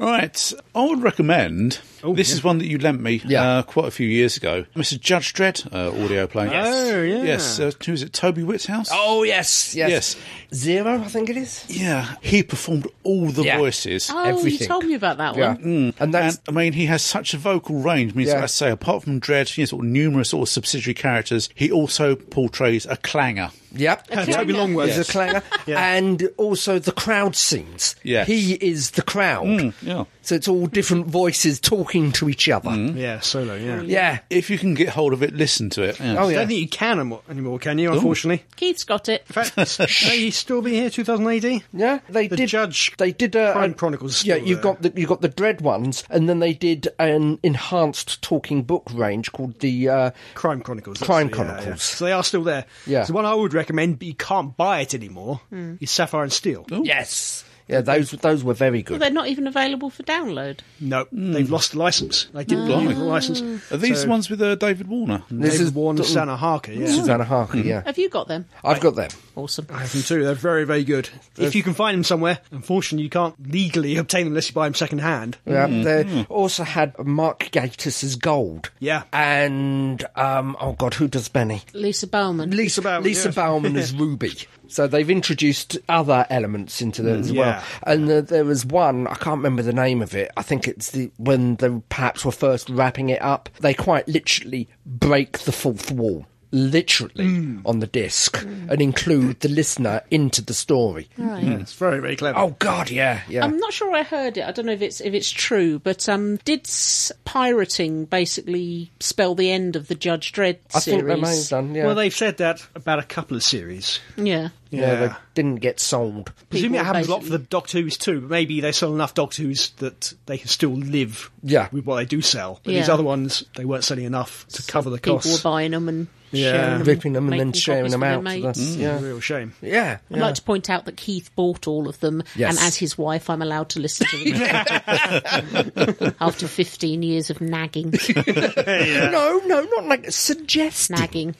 D: All right. I would recommend.
C: Oh,
D: this is one that you lent me
B: Yeah.
D: uh, quite a few years ago. Mr. Judge Dredd uh, audio play.
C: Oh, yeah.
D: Yes. Uh, who is it? Toby Whithouse?
B: Oh yes, yes,
D: Yes.
B: Zero, I think it is.
D: Yeah. He performed all the
B: Yeah.
D: voices.
A: oh, you
B: Everything.
A: told me about that
B: Yeah,
A: one.
B: Mm. and that's
D: And, I mean, he has such a vocal range. I mean,
B: Yeah.
D: I say, apart from Dredd, you know, sort of numerous sort of subsidiary characters, he also portrays a clanger.
B: Yep.
C: Toby Longworth.
B: He's a clanger. And also the crowd scenes.
D: Yes.
B: He is the crowd.
C: Mm,
D: yeah.
B: So it's all different voices talking to each other.
C: Yeah, solo. Yeah.
B: Yeah.
D: If you can get hold of it, listen to it. Yeah.
B: Oh,
C: I
B: yeah.
C: don't think you can amo- anymore, can you? Unfortunately,
A: Keith's got it.
B: *laughs*
C: in fact, may he still be here. 2000 AD.
B: Yeah, they
C: The
B: did.
C: Judge
B: They did. Uh,
C: Crime
B: uh,
C: Chronicles is
B: Yeah,
C: still
B: you've
C: there.
B: got the you got the dread ones, and then they did an enhanced talking book range called the. Uh,
C: Crime Chronicles. that's
B: Crime
C: the- yeah, yeah.
B: Chronicles.
C: So they are still there.
B: Yeah.
C: So one I would recommend, but you can't buy it anymore, is Sapphire and Steel.
B: Oh. yes. Yeah, those those were very good.
A: They're not even available for download.
C: No,
B: Hmm.
C: they've lost the license. They didn't
D: Blimey.
C: renew the license.
D: Are these the ones with uh, David Warner?
B: Ah. This
C: David
B: is
C: Warner,
B: the-
C: Sana Harker. Yeah.
B: Susanna Harker.
C: Mm-hmm.
B: Yeah,
A: Have you got them?
B: I've got them.
A: Awesome.
C: I have them too. They're very, very good. If you can find them somewhere, unfortunately, you can't legally *laughs* obtain them unless you buy them second hand.
B: Yeah, they also had Mark Gatiss's Gold.
C: Yeah.
B: and um, oh god, who does Benny?
A: Lisa Bowman.
C: Lisa Bauman.
B: Lisa
C: yes.
B: Bauman
C: *laughs*
B: as Ruby. So they've introduced other elements into that as
C: Mm, Yeah.
B: well. And uh, there was one I can't remember the name of it. I think it's the when they perhaps were first wrapping it up. They quite literally break the fourth wall. literally
C: Mm.
B: on the disc and include the listener into the story.
A: Right.
C: Hmm. It's very, very clever.
B: Oh God, yeah, yeah.
A: I'm not sure I heard it. I don't know if it's if it's true, but um, did s- pirating basically spell the end of the Judge Dredd
B: I think
A: series?
B: they may have done. Yeah,
C: Well, they've said that about a couple of series.
A: yeah.
B: yeah. they didn't get sold.
C: Presumably it
A: People
C: happens a lot for the
A: basically-
C: Doctor Who's too, but maybe they sell enough Doctor Who's that they can still live
B: Yeah.
C: with what they do sell. But these
A: Yeah.
C: other ones, they weren't selling enough to cover the
A: People were
C: costs.
A: buying them and
C: Yeah.
A: sharing them,
B: Ripping them and then
A: making
B: sharing
A: copies
B: them
A: for their
B: out. to
A: mates.
B: us, Yeah,
C: Real shame.
B: yeah.
A: I'd like to point out that Keith bought all of them,
B: Yes.
A: and as his wife, I'm allowed to listen to them
B: *laughs*
A: after 15 years of nagging,
B: No, no, not like suggest. Um,
A: nagging.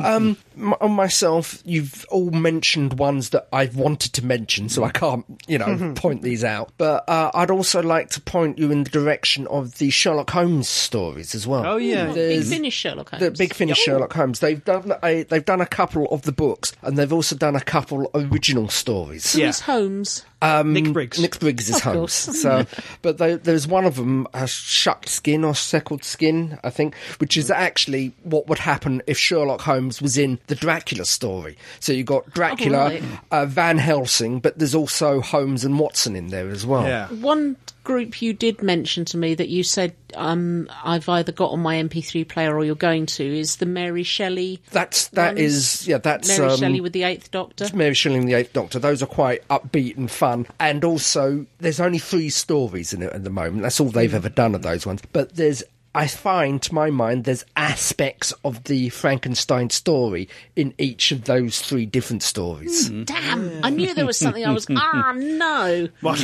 B: M- on myself, you've all mentioned ones that I've wanted to mention, so I can't,
A: *laughs*
B: you know, point these out. But uh, I'd also like to point you in the direction of the Sherlock Holmes stories as well.
C: Oh, yeah. Ooh,
A: Big
B: There's-
A: finish, Sherlock Holmes.
B: The Big Finish Sherlock Holmes. They've done a, they've done a couple of the books, and they've also done a couple original stories.
A: Who
C: Yeah.
A: is Holmes?
C: Nick Briggs.
B: Um, Nick Briggs is
A: Of
B: Holmes.
A: course.
B: So, *laughs* but there, there's one of them, a shucked skin or speckled skin, I think, which is actually what would happen if Sherlock Holmes was in the Dracula story. So you got Dracula,
A: right.
B: uh, Van Helsing, but there's also Holmes and Watson in there as well.
C: yeah.
A: One group you did mention to me that you said um, I've either got on my MP3 player or you're going to is the Mary Shelley.
B: That's that
A: ones.
B: is yeah that's
A: Mary
B: um,
A: Shelley with the Eighth Doctor.
B: Mary Shelley and the Eighth Doctor. Those are quite upbeat and fun. And also, there's only three stories in it at the moment. That's all they've ever done of those ones. But there's, I find, to my mind, there's aspects of the Frankenstein story in each of those three different stories.
A: Damn! I knew there was something. I was ah no. *laughs*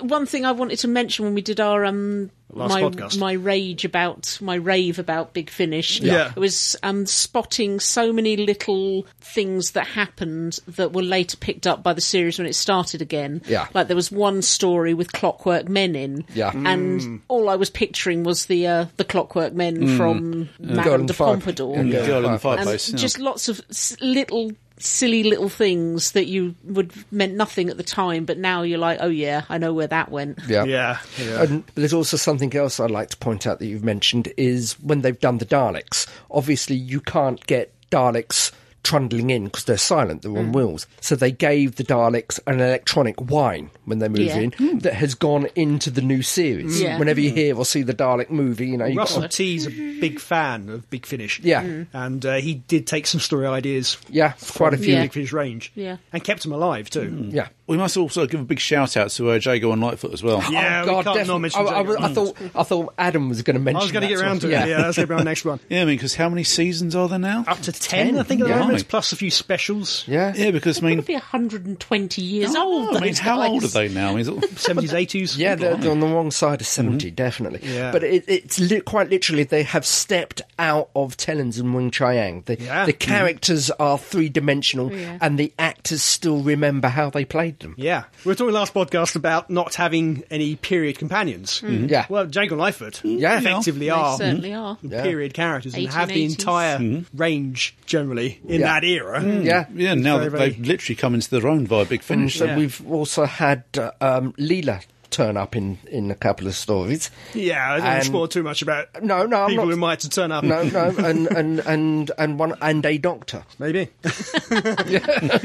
A: One thing I wanted to mention when we did our um
C: Last
A: my
C: podcast.
A: my rage about my rave about Big Finish.
C: Yeah.
A: it was um spotting so many little things that happened that were later picked up by the series when it started again.
B: Yeah.
A: like there was one story with Clockwork Men in.
B: Yeah.
A: and all I was picturing was the uh, the Clockwork Men from Madame
B: Golden
A: de
B: Fire-
A: Pompadour.
B: yeah, Golden
D: Girl in the
B: Fire-
A: and
D: fireplace. yeah.
A: Um, just lots of s- little silly little things that you would meant nothing at the time but now you're like oh yeah i know where that went
B: Yeah.
C: Yeah. yeah.
B: And there's also something else I'd like to point out that you've mentioned is when they've done the Daleks. Obviously, you can't get Daleks trundling in because they're silent, they're
A: Mm.
B: on wheels. So they gave the Daleks an electronic whine when they move
A: Yeah. Hmm.
B: in that has gone into the new series.
A: Yeah. Hmm.
B: Whenever you hear or see the Dalek movie, you know, you
C: Russell T's a big fan of Big Finish.
B: Yeah. Mm.
C: And uh, he did take some story ideas
B: yeah, quite a few.
A: Yeah.
C: Big Finish range.
A: Yeah.
C: And kept them alive, too.
B: yeah.
D: We must also give a big shout out to uh, Jago and Lightfoot as well.
C: *gasps* Yeah, we can't
B: Oh, definitely.
C: not mention
B: I, I,
C: Jago.
B: I thought I thought Adam was going to mention.
C: I was going to
B: that
C: get
B: sort
C: around
B: of-
C: to it. Yeah, that's going to be our
B: *laughs*
C: next one.
D: Yeah, I mean, because how many seasons are there now?
C: Up to 10, I think, at the
D: yeah.
C: moment, plus a few specials.
B: yeah,
D: Yeah, because, I
A: going
D: mean,
C: *laughs*
D: oh,
A: to be 120 years
D: I don't
A: old
D: know, I mean,
A: those
D: how
A: guys.
D: old are they now? I mean,
C: *laughs*
D: is it-
C: 70s, 80s.
B: Yeah, they're, they're on the wrong side of 70, definitely.
C: Mm-hmm. Yeah.
B: But it, it's li- quite literally, they have stepped out of Tellens and Wing Chiang. The,
C: Yeah. Mm-hmm.
B: the characters are three dimensional,
A: Oh, Yeah.
B: and the actors still remember how they played them.
C: Yeah. We were talking last podcast about not having any period companions.
B: Hmm. Yeah. Hmm.
C: Well, Jango and Lightfoot
B: Mm-hmm. Yeah. Hmm.
C: effectively
A: they
C: are
A: certainly are
C: period characters and have the
A: 1880s.
C: entire range generally in
B: Yeah.
C: that era.
B: Hmm. Yeah.
D: yeah, now
C: very,
D: that
C: very-
D: they've literally come into their own via Big Finish.
B: So
C: Yeah.
B: we've also had uh, um, Leela turn up in, in a couple of stories.
C: Yeah, I don't
B: And-
C: want to spoil too much about
B: No, no, I'm
C: people
B: not-
C: who might to turn up.
B: No, no, and, and, and, and one and a doctor.
C: *laughs*
B: *laughs*
C: Maybe.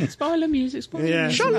A: spoiler music spoiler
C: Yeah.
A: music.
C: *laughs*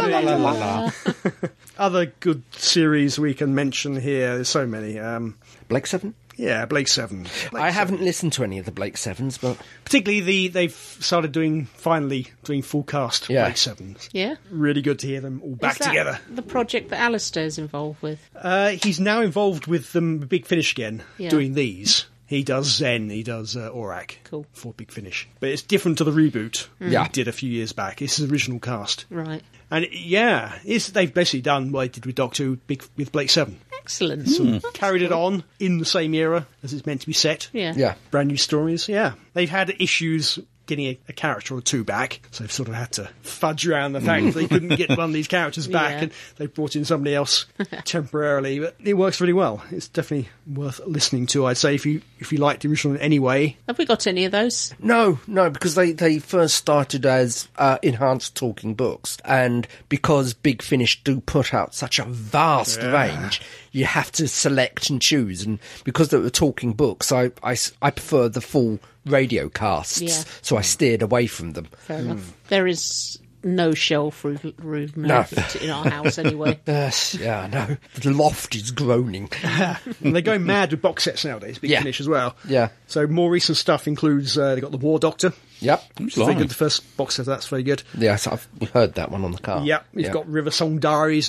C: Other good series we can mention here. There's so many. Um,
B: Blake Seven?
C: yeah, Blake Seven. Blake
B: I haven't listened to any of the Blake Sevens, but
C: Particularly the they've started doing finally doing full cast
B: Yeah.
C: Blake Sevens.
A: yeah
C: Really good to hear them all back
A: Is that
C: together.
A: the project that Alistair's involved with
C: Uh, he's now involved with them Big Finish again,
A: Yeah.
C: doing these. He does Zen, he does uh, Orac
A: Cool. Mm.
C: for Big Finish, but it's different to the reboot
B: Yeah.
C: we did a few years back. It's the original cast,
A: right
C: and yeah, it's, they've basically done what they did with Doctor Who Big, with Blake Seven,
A: excellent
D: Hmm.
C: carried it on in the same era as it's meant to be set.
A: yeah
B: yeah.
C: brand new stories. Yeah, they've had issues. Getting a, a character or two back, so they've sort of had to fudge around the fact that they couldn't get one of these characters back,
A: Yeah.
C: and they brought in somebody
B: *laughs*
C: else temporarily. But it works really well. It's definitely worth listening to. I'd say if you if you like the original in any way,
A: have we got any of those
B: No, no, because they, they first started as uh, enhanced talking books, and because Big Finish do put out such a vast range, you have to select and choose. And because they were talking books, I, I s- I prefer the full radio casts,
A: Yeah.
B: so I steered away from them.
A: Fair
D: Hmm.
A: enough. There is no shelf roo- room left in our house
D: *laughs*
A: anyway.
B: Yes, yeah, I know. The loft is
C: *laughs*
B: groaning.
C: And
B: *laughs*
C: they're going mad with box sets nowadays, big
B: Yeah.
C: finish as well.
B: Yeah.
C: So more recent stuff includes uh, they got the War Doctor.
B: yep.
C: It's very
D: Blimey.
C: good. The first box set that's very good.
B: Yes, I've heard that one on the car.
C: Yeah, we've got River Song Diaries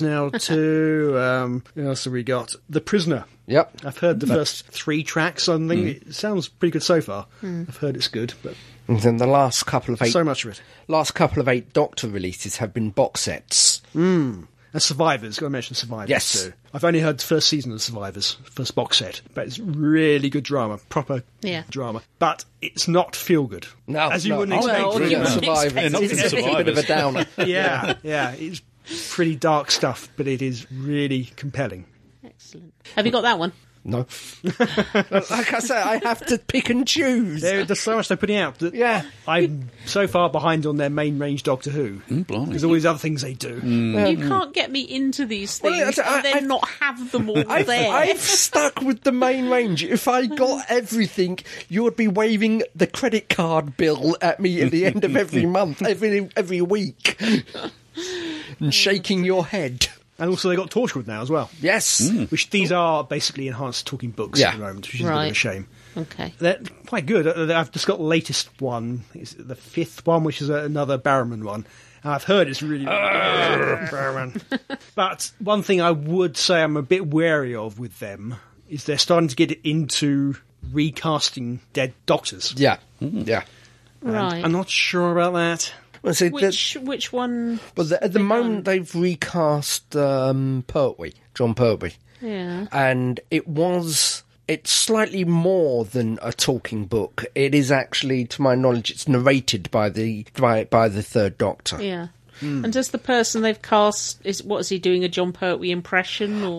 B: *laughs*
C: now too. um, what else have we got? The Prisoner.
B: Yep.
C: I've heard the first three tracks. I
B: Hmm.
C: think it sounds pretty good so far. I've heard it's good, but
B: And then the last couple of eight,
C: so much of it.
B: last couple of eight Doctor releases have been box sets.
C: And Survivors, got to mention Survivors
B: Yes.
C: too. I've only heard the first season of Survivors, first box set, but it's really good drama, proper
A: Yeah.
C: drama. But it's not feel good.
B: No,
C: as you
B: no. Oh,
C: wouldn't expect.
A: well,
C: really.
A: you
B: Brilliant
A: wouldn't
B: survivors.
A: expect
D: Not
B: It's
D: it
B: it's
D: to
B: a bit of a
D: survivors.
B: downer.
C: yeah, yeah, it's pretty dark stuff, but it is really compelling.
A: Excellent. Have you got that one?
B: no. like I say, I have to pick and choose.
C: There, there's so much they're putting out that
B: Yeah.
C: I'm so far behind on their main range Doctor Who.
B: Hmm,
D: blimey.
C: There's all these other things they do.
A: You can't get me into these
B: Well,
A: things
B: I-
A: and then
B: I-
A: not have them
C: *laughs*
A: all
B: I've,
A: there.
B: I've stuck with the main range. If I got everything, you would be waving the credit card bill at me at the end of every month, every every week, and shaking your head.
C: And also they got Torchwood now as well,
B: Yes,
C: which these are basically enhanced talking books
B: Yeah.
C: at the moment, which is a bit of
A: Right.
C: a shame.
A: Okay.
C: They're quite good. Uh, I've just got the latest one. It's the fifth one, which is uh, another Barrowman one. And I've heard it's really, Barrowman. *laughs* but one thing I would say I'm a bit wary of with them is they're starting to get into recasting dead doctors.
B: yeah,
C: Hmm.
B: yeah.
A: Right.
C: I'm not sure about that.
B: Well, see,
A: which which one?
B: Well, the, at the moment they've recast um, Pertwee, John Pertwee,
A: Yeah.
B: and it was it's slightly more than a talking book. It is actually, to my knowledge, it's narrated by the by by the Third Doctor.
A: Yeah.
C: Hmm.
A: And does the person they've cast is what is he doing a John Pertwee impression or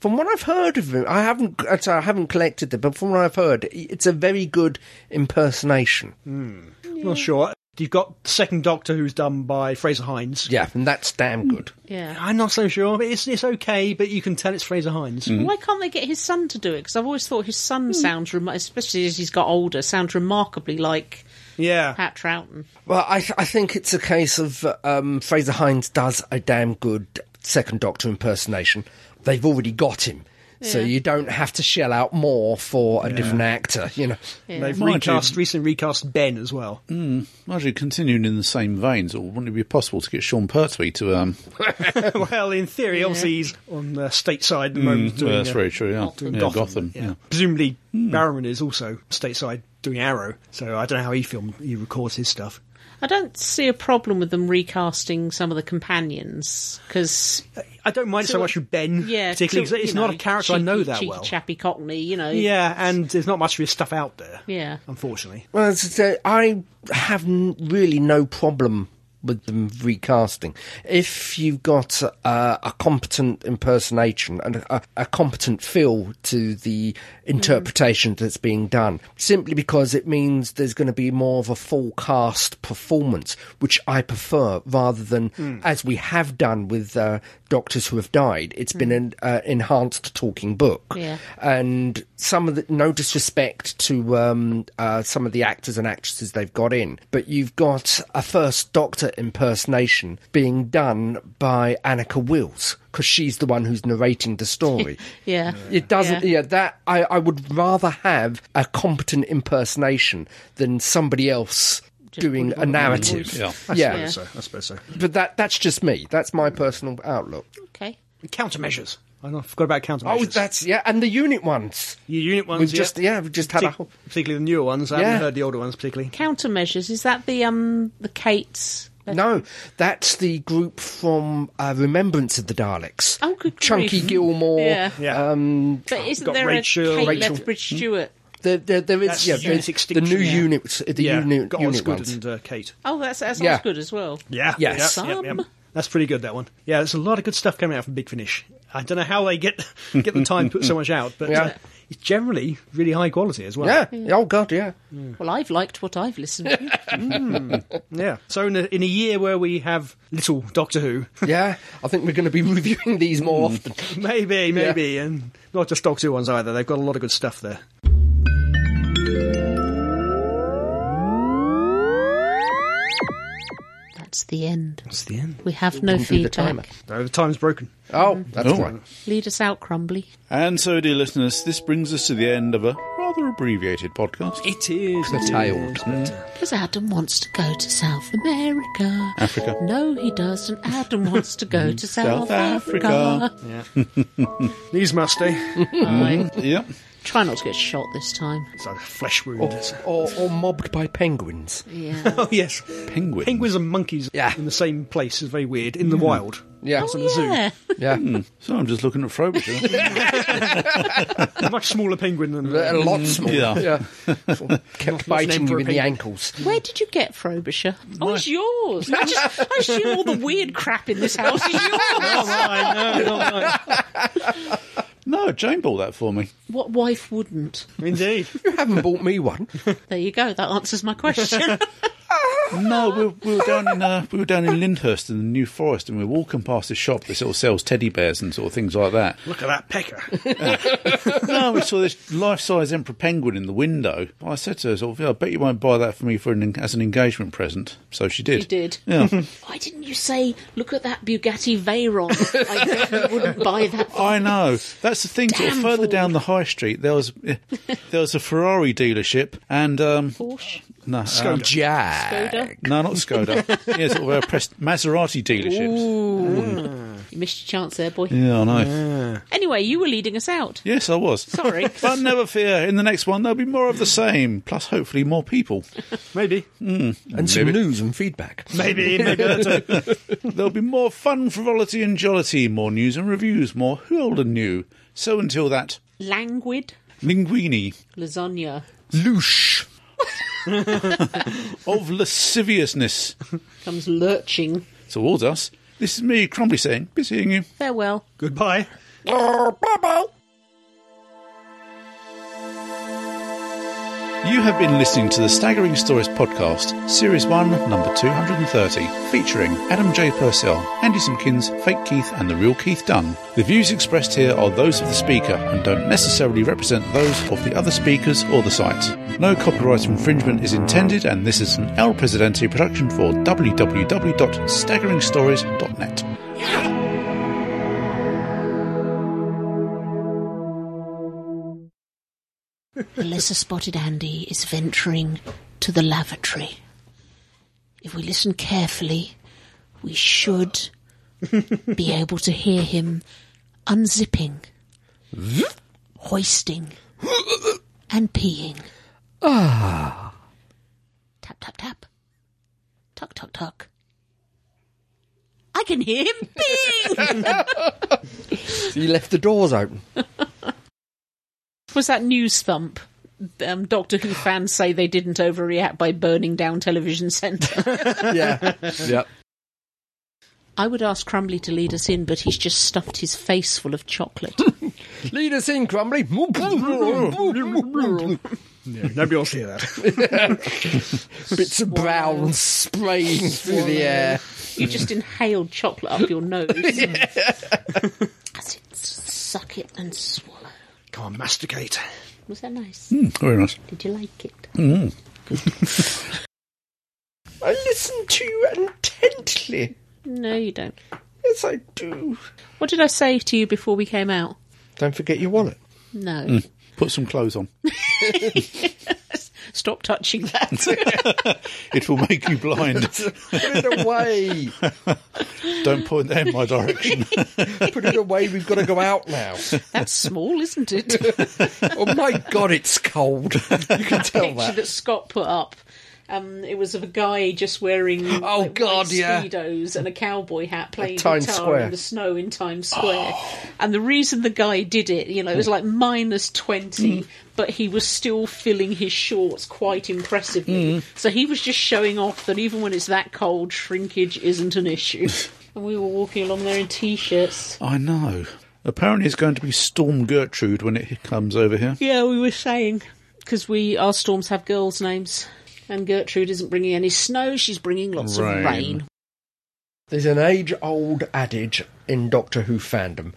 B: From what I've heard of him, I haven't I haven't collected it, but from what I've heard, it's a very good impersonation.
A: Mm.
C: I'm not sure. You've got the second Doctor who's done by Fraser Hines.
B: Yeah, and that's damn good.
A: yeah?
C: I'm not so sure. But it's, it's okay, but you can tell it's Fraser Hines.
B: Mm.
A: Why can't they get his son to do it? Because I've always thought his son sounds, rem- especially as he's got older, sounds remarkably like
C: Yeah.
A: Pat Troughton.
B: Well, I I think it's a case of um, Fraser Hines does a damn good second Doctor impersonation. They've already got him, so
A: Yeah.
B: you don't have to shell out more for a different actor. You know,
C: They've
D: Mind you-
C: recast, recently recast Ben as well.
D: Imagine continuing in the same veins, or wouldn't it be possible to get Sean Pertwee to?
C: *laughs*
D: Um,
C: *laughs* well, in theory, obviously he's on the stateside at the moment.
D: well,
C: doing,
D: that's
C: uh,
D: very true. Yeah,
C: doing
D: yeah,
C: Gotham.
D: Yeah.
C: Presumably, Barrowman is also stateside doing Arrow, so I don't know how he filmed, he records his stuff.
A: I don't see a problem with them recasting some of the companions because
C: I don't mind so,
A: So,
C: much with Ben,
A: yeah,
C: particularly
A: to-
C: because it's
A: you
C: not
A: know,
C: a character I
A: cheeky-
C: know that
A: cheeky
C: well.
A: Chappy Cockney, you know.
C: Yeah, and there's not much of his stuff out there,
A: Yeah.
C: unfortunately.
B: well, as I say, I have n- really no problem with them recasting if you've got uh, a competent impersonation and a, a competent feel to the interpretation that's being done. Simply because it means there's going to be more of a full cast performance, which I prefer rather than as we have done with uh, Doctors Who Have Died. It's been an uh, enhanced talking book
A: Yeah.
B: and some of the no disrespect to um, uh, some of the actors and actresses they've got in, but you've got a first Doctor impersonation being done by Annika Wills because she's the one who's narrating the story.
A: Yeah.
B: It doesn't.
A: Yeah.
B: Yeah, that I, I would rather have a competent impersonation than somebody else doing a narrative.
D: Yeah.
B: yeah.
C: I suppose so. I suppose so.
B: but that that's just me. That's my personal outlook.
A: Okay.
C: Countermeasures. I know, I forgot about countermeasures.
B: Oh, that's yeah, and the unit ones.
C: Your unit ones.
B: We've just yeah, we've just had a
C: Partic-
B: whole.
C: particularly the newer ones. I
B: Yeah.
C: haven't heard the older ones particularly.
A: Countermeasures is that the um the Kate's
B: No, that's the group from uh, Remembrance of the Daleks.
A: Oh, good
B: Chunky
A: grief.
B: Gilmore.
A: Yeah.
C: Yeah.
B: Um,
A: But isn't
C: got
A: there
C: Rachel-
A: a Kate
C: Rachel-
A: Lethbridge Stewart?
B: There, there, there is
C: That's
B: yeah,
C: Unit
B: there's the
C: Extinction,
B: new
C: yeah.
B: unit. The
C: yeah,
B: unit,
C: got
B: unit
C: Osgood
B: ones.
C: and uh, Kate.
A: Oh, that's that sounds
B: Yeah.
A: good as well.
C: Yeah.
B: Yes.
C: Yep, yep, yep.
A: Some.
C: That's pretty good. That one. Yeah, there's a lot of good stuff coming out from Big Finish. I don't know how they get *laughs* get the time to put so much out, but uh,
B: Yeah.
C: it's generally really high quality as well.
B: Yeah. Oh God. Yeah.
A: Well, I've liked what I've listened to.
C: Yeah. So in a, in a year where we have little Doctor Who, *laughs*
B: Yeah. I think we're going to be *laughs* reviewing these more
C: Hmm.
B: often.
C: maybe, maybe, and not just Doctor Who ones either. They've got a lot of good stuff there.
A: That's the end.
C: That's the end.
A: We have no
B: do the timer.
A: feedback.
C: No, the time's broken.
B: Oh, that's
D: Oh.
B: right.
A: Lead us out, Crumbly.
D: And so, dear listeners, this brings us to the end of a rather abbreviated
C: *laughs*
D: podcast.
C: It is
B: Curtailed.
A: Because Adam wants to go to South America.
D: Africa.
A: No, he doesn't. Adam wants to go to South,
D: South Africa.
A: Africa.
C: Knees must stay.
A: Aye.
D: Yep.
A: Try not to get shot this time.
C: It's like a flesh wound.
B: Or, or, or mobbed by penguins.
A: Yeah.
C: *laughs* Oh yes,
D: Penguin.
C: penguins and monkeys
B: Yeah.
C: in the same place is very weird. In the wild,
B: Yeah,
A: oh, yeah.
B: yeah.
C: Hmm.
D: So I'm just looking
C: *laughs*
D: at Frobisher.
C: a much smaller penguin than
B: A lot smaller.
D: yeah.
C: *laughs*
B: Kept
C: Hmm. name
B: biting
C: for
B: you
C: a
B: in the
C: penguin.
B: ankles.
A: Where did you get Frobisher? Oh, it's yours. I, just, I assume all the weird crap in this house is yours.
C: I know, not mine.
D: no, Jane bought that for me.
A: what wife wouldn't?
C: Indeed.
B: You haven't bought
A: *laughs*
B: me one.
A: There you go. That answers my question. *laughs*
D: No, we were, we were down in uh, we were down in Lyndhurst in the New Forest, and we were walking past a shop that sort of sells teddy bears and sort of things
A: *laughs*
D: like that.
C: Look at that pecker.
D: No, we saw this life-size emperor penguin in the window. I said to her, sort of, "I bet you won't buy that for me for an, as an engagement present." So she did.
A: You did.
D: Yeah.
A: *laughs* Why didn't you say, look at that Bugatti Veyron? I definitely wouldn't buy that.
D: I know. That's the thing. Sort of
A: Damn
D: further
A: fool.
D: down the high street, there was eh, there was a Ferrari dealership, and um,
A: Porsche.
D: no, um,
B: Jack.
A: Skoda.
D: no, not Skoda. yeah, sort of a press- Maserati dealerships.
A: You missed your chance there, boy.
D: Yeah, I know.
A: Anyway, you were leading us out.
D: Yes, I was.
A: Sorry.
D: But never fear, in the next one there'll be more of the same, plus hopefully more people.
C: Maybe.
B: And some
D: Maybe.
B: news and feedback.
C: Maybe. Maybe that's a
D: There'll be more fun, frivolity, and jollity, more news and reviews, more who old and new. So until that,
A: Languid
D: linguini
A: lasagna.
D: loosh of lasciviousness
A: comes lurching.
D: towards us. This is me, Crumbly, saying, be seeing you.
A: Farewell.
C: goodbye.
D: You have been listening to the Staggering Stories podcast, Series 1, number 230, featuring Adam J. Purcell, Andy Simpkins, Fake Keith, and the real Keith Dunn. The views expressed here are those of the speaker and don't necessarily represent those of the other speakers or the site. No copyright infringement is intended, and this is an El Presidente production for www.staggeringstories.net.
A: Melissa spotted Andy is venturing to the lavatory. If we listen carefully, we should be able to hear him unzipping, hoisting, and peeing. Ah.
C: Ah.
A: Tap, tap, tap. Tuck, tuck, tuck. I can hear him peeing!
B: You left the doors
C: *laughs*
B: open.
A: *laughs* was that news thump? Um, Doctor Who fans say they didn't overreact by burning down television centre.
B: Yeah. yeah.
A: I would ask Crumbly to lead us in, but he's just stuffed his face full of chocolate.
B: Lead us in, Crumbly. Bits
C: Nobody will see that.
B: of brown spraying through the air.
A: you just inhaled chocolate up your nose. *laughs* That's it. S- Suck it and swallow.
C: Come on, masticate.
A: Was that nice?
D: Hmm, Very nice.
A: Did you like it?
B: I listen to you intently.
A: No, you don't.
B: Yes, I do.
A: What did I say to you before we came out?
B: Don't forget your
C: *laughs*
B: wallet.
A: No.
D: Put some clothes on.
A: Stop touching that. *laughs*
D: It will make you blind.
B: Put it away.
D: Don't point that in my direction.
B: Put it away. We've got to go out now.
A: That's small, isn't it?
B: Oh my god, it's cold. You can tell
A: picture that.
B: that.
A: Scott put up. Um, it was of a guy just wearing
B: *gasps* Oh,
A: like,
B: God,
A: white
B: yeah.
A: speedos and a cowboy hat playing
B: Times
A: guitar
B: Square.
A: in the snow in Times
B: *gasps*
A: Square. And the reason the guy did it, you know,
B: Hmm.
A: it was like minus twenty, but he was still filling his shorts quite
B: Hmm.
A: impressively. So he was just showing off that even when it's that cold, shrinkage isn't an
B: *laughs*
A: issue. and we were walking along there in t-shirts.
D: I know. Apparently, it's going to be Storm Gertrude when it comes over *laughs* here.
A: Yeah, we were saying because we our storms have girls' names, and Gertrude isn't bringing any snow; she's bringing lots
D: Rain.
A: of rain.
B: There's an age old adage in Doctor Who fandom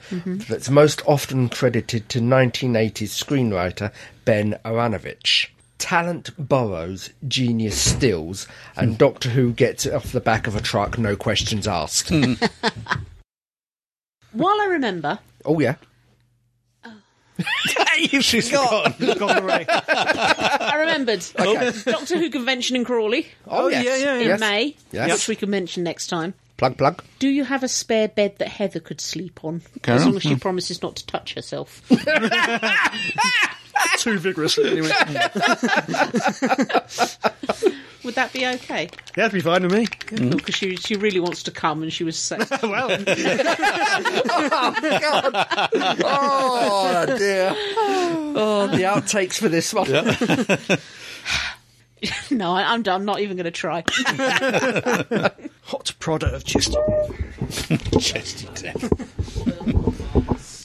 B: that's most often credited to 1980s screenwriter Ben Aranovich. Talent borrows, genius steals,
C: Hmm.
B: and Doctor Who gets it off the back of a truck, no questions asked.
C: Hmm.
A: While I remember,
B: Oh, yeah.
D: She's forgotten.
C: Gone away.
A: I remembered *laughs* Doctor Who convention in Crawley
B: Oh,
C: Oh,
B: yes.
C: yeah, yeah, yeah.
A: in
B: Yes.
A: May,
B: Yes.
A: which we can mention next time.
B: Plug,
C: *laughs*
B: plug.
A: Do you have a spare bed that Heather could sleep on?
D: Carol?
A: As long as she promises not to touch herself.
C: Too vigorously, anyway.
A: Would that be okay?
C: That'd be fine with me.
A: Because she, she really wants to come and she was saying,
C: Well,
B: *laughs* Oh,
C: *sighs*
B: dear. Oh, the outtakes for this one.
A: *laughs* no, I, I'm done, not even going to try.
C: hot product of just
D: Chesty death.